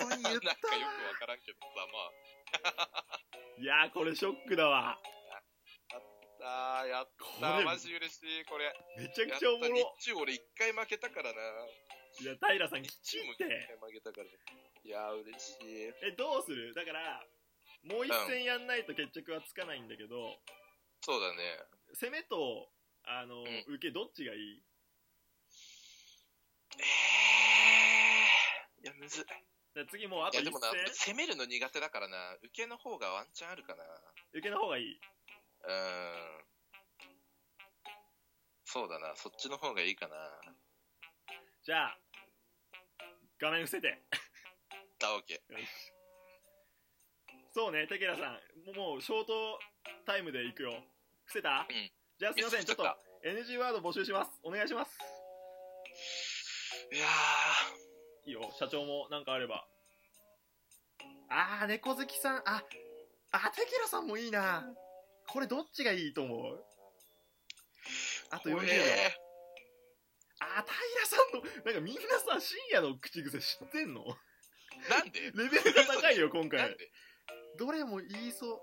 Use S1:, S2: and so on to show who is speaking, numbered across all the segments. S1: 本当に言
S2: な
S1: っ
S2: んかよく
S1: た
S2: わからんけどさ、ま
S3: いやー、これショックだわ。
S2: あ、あー、やっ
S3: こ
S2: た
S3: れ、
S2: マジ嬉しい、これ。
S3: めちゃ
S2: や
S3: く
S2: った
S3: ちゃおもろ。
S2: 日中俺一回負けたからな。
S3: いや、平さん、き
S2: 日
S3: ち
S2: 中も
S3: っ
S2: 一回
S3: て。
S2: 負けたから。いやー、嬉しい。
S3: え、どうするだから、もう一戦やんないと決着はつかないんだけど、
S2: そうだね。
S3: 攻めと、あの、
S2: ん
S3: 受けどっちがいい
S2: えー、いや、むずい。
S3: だから次もうあ
S2: い
S3: と
S2: や、
S3: 一
S2: で
S3: 戦
S2: もな、攻めるの苦手だからな。受けの方がワンチャンあるかな。
S3: 受けの方がいい。
S2: うーん。そうだな、そっちの方がいいかな。
S3: じゃあ、画面伏せて。
S2: あ、オッケー。
S3: そうね、テケラさん。もう、もうショートタイムで行くよ。伏せた、
S2: うん
S3: じゃあすいません、ちょっと
S2: ミスし
S3: NG ワード募集します。お願いします。
S2: いやー、
S3: いいよ、社長もなんかあれば。あー、猫好きさん、あ、あ、テキラさんもいいな。これどっちがいいと思うあと40秒。
S2: 怖え
S3: あー、平さんの、なんかみんなさ、深夜の口癖知ってんの
S2: ーなんで
S3: レベルが高いよ、今
S2: な
S3: 回
S2: ん。で
S3: どれも言いそう。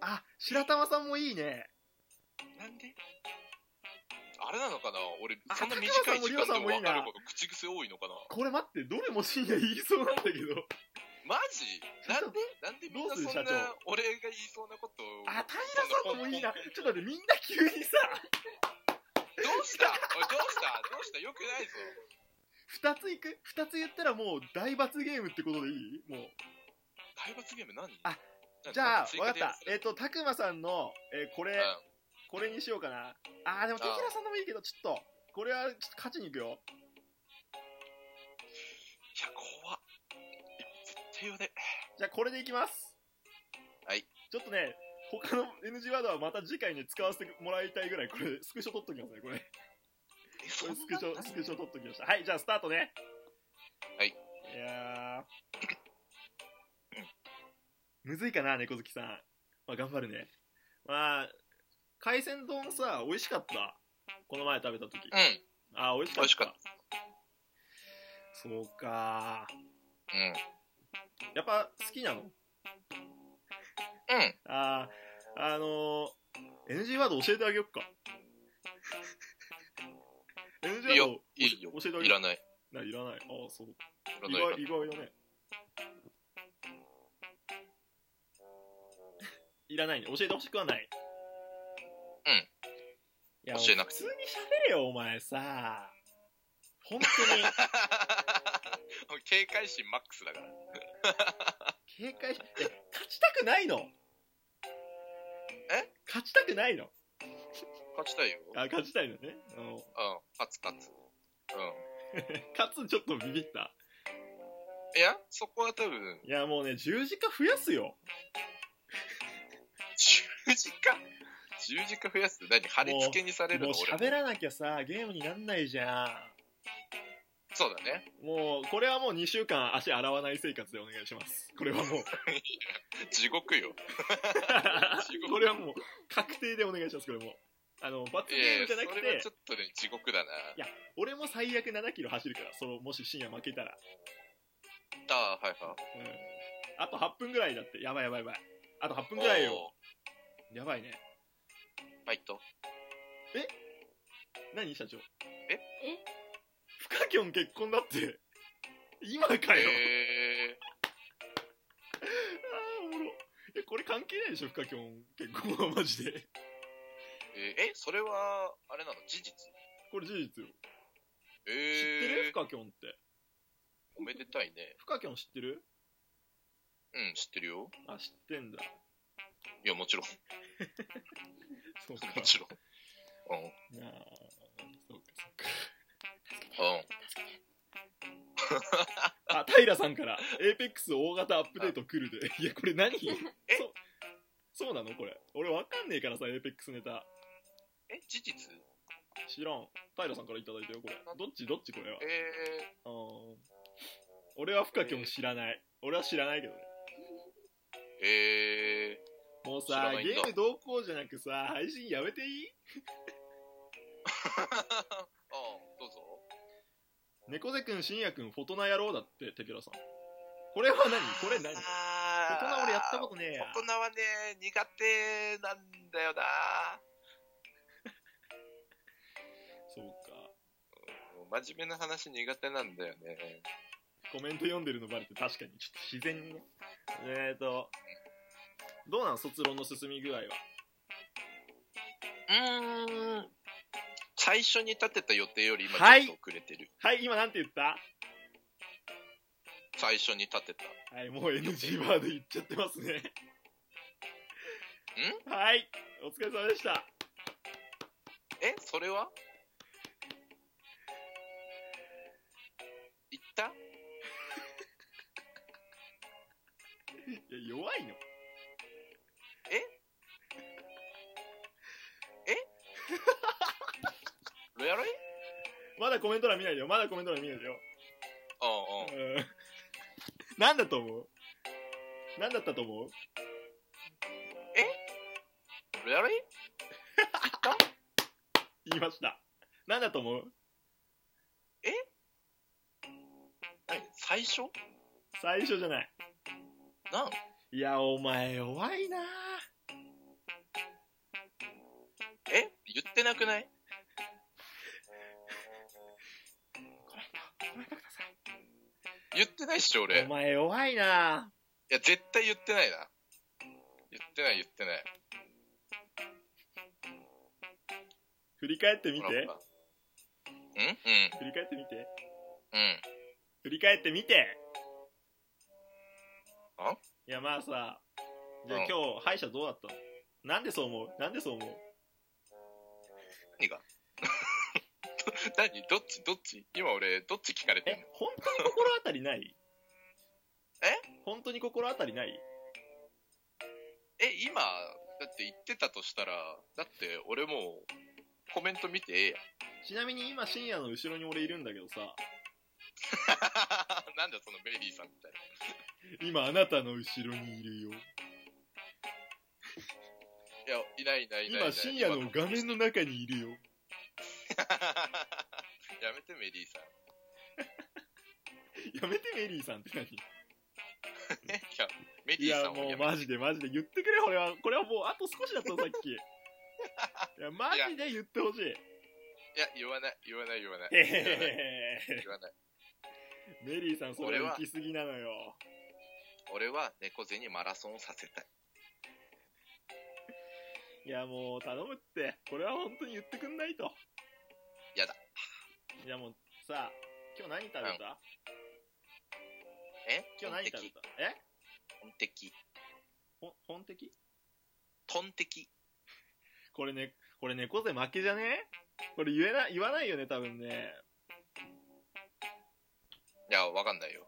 S3: あ、白玉さんもいいね。
S2: なんであれなのかな俺、
S3: あ
S2: そんな短い時間
S3: 竹山さ
S2: で
S3: ん
S2: も
S3: もリオさんもいい
S2: 分
S3: な
S2: かること、口癖多いのかな
S3: これ待って、どれも深夜言いそうなんだけど。
S2: マジなん でなんでみんなそん
S3: どうする社長
S2: な、俺が言いそうなことを、
S3: あ、平さんのもいいな。ちょっと待って、みんな急にさ、
S2: どうしたおいどうしたどうしたよくないぞ。
S3: 二ついく二つ言ったらもう大罰ゲームってことでいいもう。
S2: 体罰ゲーム何
S3: あ じゃあ、
S2: 分
S3: わかった。えっ、と、たくまさんの、えーこれ、これにしようかな。あー、でも、
S2: ん
S3: テキラさんのもいいけど、ちょっと、これは、ちょっと勝ちに行くよ。
S2: いや、怖っ。いや絶対言わね
S3: じゃあ、これでいきます。
S2: はい。
S3: ちょっとね、他の NG ワードはまた次回に使わせてもらいたいぐらい、これ、スクショ撮っときますね、これ。
S2: え、そ
S3: こ
S2: ん
S3: れ
S2: な
S3: スクショ、スクショ撮っときました。はい、じゃあ、スタートね。
S2: はい。
S3: いやー。むずいかな、猫好きさん。まあ、頑張るね。まあ、海鮮丼さ、美味しかった。この前食べた時。
S2: うん。
S3: あー、美味しかった。
S2: 美味しかっ
S3: そうか
S2: うん。
S3: ー。やっぱ好きなの
S2: うん。
S3: あー、あのー、NG ワード教えてあげよっか。NG ワードを
S2: いいよ
S3: 教えてあげ
S2: い
S3: よ
S2: らない。い
S3: っないいらない。ああ、そう。
S2: ら
S3: 意
S2: な
S3: 外
S2: いいらな い。
S3: 意外だね。 いらないね。教えてほしくはない。
S2: うん
S3: いや、
S2: 教えな
S3: 普
S2: く
S3: 通に喋れよ、お前さ。本 当に。
S2: 警戒心マックスだから。
S3: 警戒し、え勝ちたくないの
S2: え
S3: 勝ちたくないの
S2: 勝ちたいよ。
S3: あ、勝ちたいのね。あの
S2: うん。勝つ勝つ。うん。
S3: 勝つちょっとビビった。
S2: いや、そこは多分、
S3: いや、もうね、十字架増やすよ。
S2: 十字架十字架増やすって何貼り付けにされる
S3: もう
S2: の
S3: 喋らなきゃさ、ゲームになんないじゃん。
S2: そうだね。
S3: もう、これはもう2週間足洗わない生活でお願いします。これ はもう、
S2: 地獄よ。地獄
S3: これはもう、確定でお願いします、これも。あの、罰ゲームじゃなく
S2: い
S3: て
S2: やいやそれはち、ょっとね、地獄だな。
S3: 俺も最悪7キロ走るから、その、もし深夜負けたら。
S2: ああ、はいは
S3: うん。あと8分ぐらいだって。やばいやばいやばい。あと8
S2: い。
S3: 分ぐらいよ。
S2: お
S3: やばいね。
S2: ー。ファイト。
S3: 何社長。
S2: え
S4: え
S3: フカキョン結婚だって。今かよ。
S2: え
S3: あーおもろ。え、これ関係ないでしょ、フカキョン結婚はマジで。
S2: ー、えーえ、それは、あれなの事実
S3: これ事実よ。
S2: え
S3: 知ってる
S2: え
S3: フカキョンって。
S2: おめでたいね。
S3: フカキョン知ってる
S2: うん、知ってるよ。
S3: あ、知ってんだ。
S2: いや、もちろん。
S3: そうか。
S2: もちろん。うん。うん。
S3: なあそうか、そうか。あ、平さんから、エーペックス大型アップデート来るで。いや、これ何そうそうなのこれ。俺わかんねえからさ、エーペックスネタ。
S2: え、事実
S3: 知らん。平さんからいただいたよ、これ。どっちどっちこれは。
S2: え
S3: あー俺は深きも知らない。俺は知らないけどね。
S2: ー、え
S3: もう
S2: 知ら
S3: さ
S2: な、いん
S3: ゲ
S2: だ
S3: ーム同行じゃなくさ、配信やめていい
S2: ー。ああ、どうぞ。
S3: 猫背くん、深夜くん、フォトナ野郎だって、テケラさん。これは何これ何
S2: あー
S3: 大人俺やったことねえや。
S2: 大人はね、苦手なんだよな。
S3: そうか。
S2: うん真面目な話苦手なんだよね。
S3: コメント読んでるのバレて確かに、ちょっと自然にね。えーと、どうなん卒論の進み具合は。
S2: うーん。最初に立てた予定より今
S3: は
S2: ち
S3: い
S2: ょっと遅れてる。
S3: はい、今なんて言った
S2: 最初に立てた。
S3: はい、もう NG ワード言っちゃってますね。はい、お疲れ様でした。
S2: えそれは言った
S3: いや、弱いの。
S2: ロやろい
S3: まだコメント欄見ないでよ。まだコメント欄見ないでよ。
S2: うんうん。
S3: うん。 なんだと思うなんだったと思う
S2: ロやろい
S3: 言いました。なんだと思う
S2: 何最初
S3: 最初じゃない。
S2: なん
S3: いや、お前弱いなぁ
S2: え言ってなくない
S3: コメント、コメントください。
S2: 言ってないっしょ俺。い
S3: お前弱いな
S2: や、絶対言ってないな。言ってない言ってない。
S3: 振り返ってみて
S2: ほらほらんうん。
S3: 振り返ってみて
S2: うん。
S3: 振り返ってみて
S2: あ
S3: いやまあさじゃあ
S2: うん
S3: 今日歯医者どうだったのなんでそう思うなんでそう思う
S2: 何が何どっちどっち今俺、どっち聞かれてんの
S3: え本当に心当たりない え本当に心当たりない
S2: え、今、だって言ってたとしたら、だって俺もう、コメント見てええやん。
S3: ちなみに今深夜の後ろに俺いるんだけどさ
S2: なん だそのベイリーさんみたいな。
S3: 今あなたの後ろにいるよ
S2: いや、いないいないいないいない。
S3: 今深夜の画面の中にいるよ
S2: やめてメリーさん。
S3: やめてメリーさんって何
S2: いや、メ
S3: い
S2: リー
S3: や
S2: さんを
S3: も
S2: や
S3: う
S2: め
S3: マジでマジで言ってくれ俺はこれはもうあと少しだったのさっ きいやマジで言ってほしい
S2: いや、言わない、言わない、言わない。
S3: へへ
S2: 言わない
S3: へへ
S2: 言わない。
S3: メリーさんそれは行き過ぎなのよ
S2: 俺は猫背にマラソンをさせたい。
S3: いやもう頼むってこれは本当に言ってくんないと
S2: やだ
S3: いやもうさ今日何食べた
S2: え
S3: 今日何食べたえ
S2: トンテキ。
S3: ほ本的
S2: トンテキ。
S3: これねこれ猫背負けじゃねこれ言えな言わないよね多分ね
S2: いや、わかんないよ。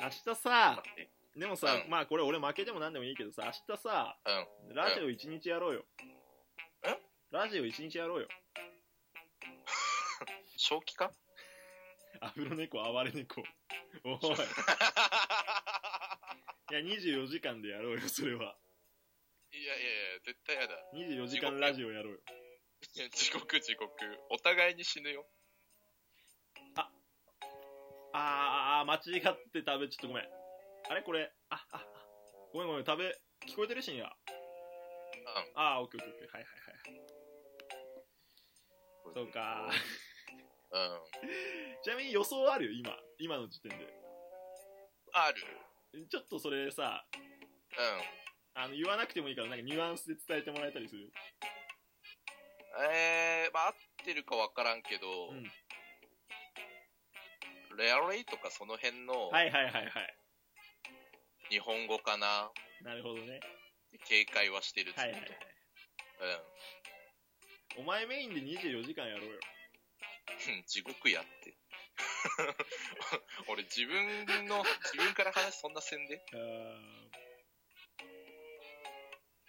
S3: 明日さ
S2: 待って
S3: でもさ、
S2: うん
S3: まあこれ俺負けでも何でもいいけどさ明日さ
S2: うん。
S3: ラジオ一日やろうよ
S2: え
S3: ラジオ一日やろうよ
S2: 正気 か
S3: アフロ猫暴れ猫おいいや24時間でやろうよそれはい
S2: やいやいや、絶対やだ。
S3: 24時間ラジオやろうよ
S2: いや、地獄地獄。お互いに死ぬよ。
S3: あーあー間違って食べちょっとごめんあれこれあああごめんごめん食べ聞こえてる深夜
S2: う
S3: ああオッケーオッケーオッケーはいはい
S2: ん。
S3: はいそうか
S2: うん。
S3: ちなみに予想あるよ今今の時点で
S2: ある。
S3: ちょっとそれさ
S2: うん。
S3: あの言わなくてもいいからなんかニュアンスで伝えてもらえたりする
S2: えー、まあ合ってるか分からんけど、
S3: うん
S2: レアロイとかその辺の
S3: はいはいはいはい
S2: 日本語かな、
S3: なるほどね
S2: 警戒はしてるずっと
S3: はいはいはいお前メインで24時間やろうよ
S2: うん、 地獄やって俺自分の自分から話そんなせんで
S3: あ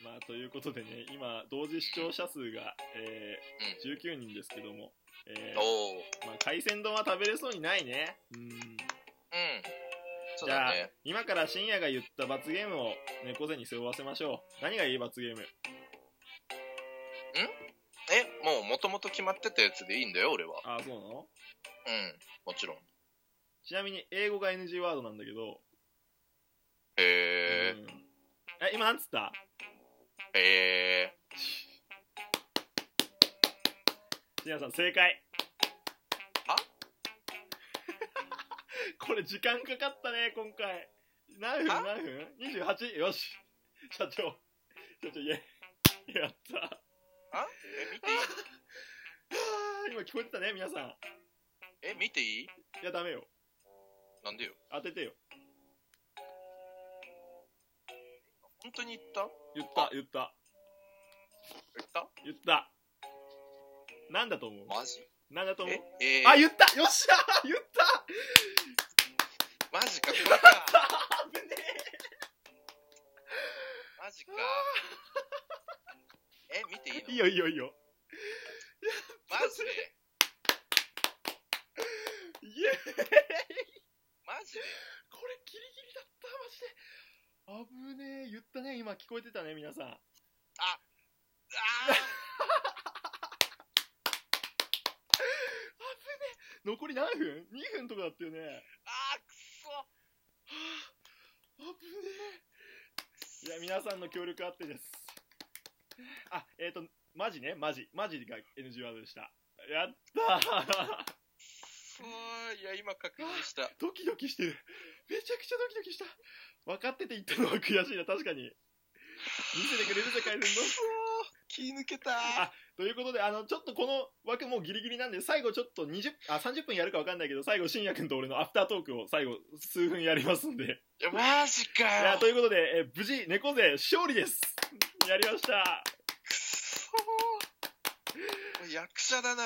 S3: ーまあということでね今同時視聴者数が、えー19人ですけども、えー
S2: おおうん
S3: まあ、海鮮丼は食べれそうにないねうん
S2: そうだね
S3: 今から深夜が言った罰ゲームを猫背に背負わせましょう何がいい罰ゲーム
S2: えもうもともと決まってたやつでいいんだよ俺は
S3: ああそうなの
S2: うんもちろん
S3: ちなみに英語が NG ワードなんだけど、
S2: へえ
S3: うんえ今なんつった
S2: へえ
S3: 皆さん正解
S2: は
S3: これ時間かかったね今回何分
S2: は
S3: 何分 ?28 よし社長社長イエイやったは
S2: あえ見ていい
S3: あ今聞こえてたね皆さん
S2: え見ていい
S3: いやダメよ
S2: なんでよ
S3: 当ててよ
S2: 本当に言った
S3: 言った言った
S2: 言った
S3: 言ったなんだと思う
S2: マジ
S3: なんだと思う
S2: ええー、
S3: あ言ったよっしゃ言った
S2: マジかこれか
S3: あぶね
S2: マジかえ見ていいの
S3: えいいよいいよいいよ
S2: マジで
S3: イエーイ
S2: マジで
S3: これギリギリだったマジで危ねえ言ったね今聞こえてたね皆さん
S2: あー
S3: 残り何分 ?2 分とかだったよね
S2: あーくそ
S3: 危ねえいや皆さんの協力あってですあえっ、ー、とマジねマジマジが NG ワードでしたやったー
S2: くそーいや今確認した
S3: ドキドキしてるめちゃくちゃドキドキした分かってて言ったのは悔しいな確かに見せてくれるぜ海
S2: く
S3: 鮮
S2: そ
S3: 丼
S2: ー気抜けたー
S3: あということで、あの、ちょっとこの枠もうギリギリなんで、最後ちょっと20、あ、30分やるかわかんないけど、最後、深夜くんと俺のアフタートークを最後、数分やりますんで。い
S2: いやマジか
S3: や、
S2: よ
S3: ということで、え無事、猫背、勝利ですやりました
S2: くそー役者だな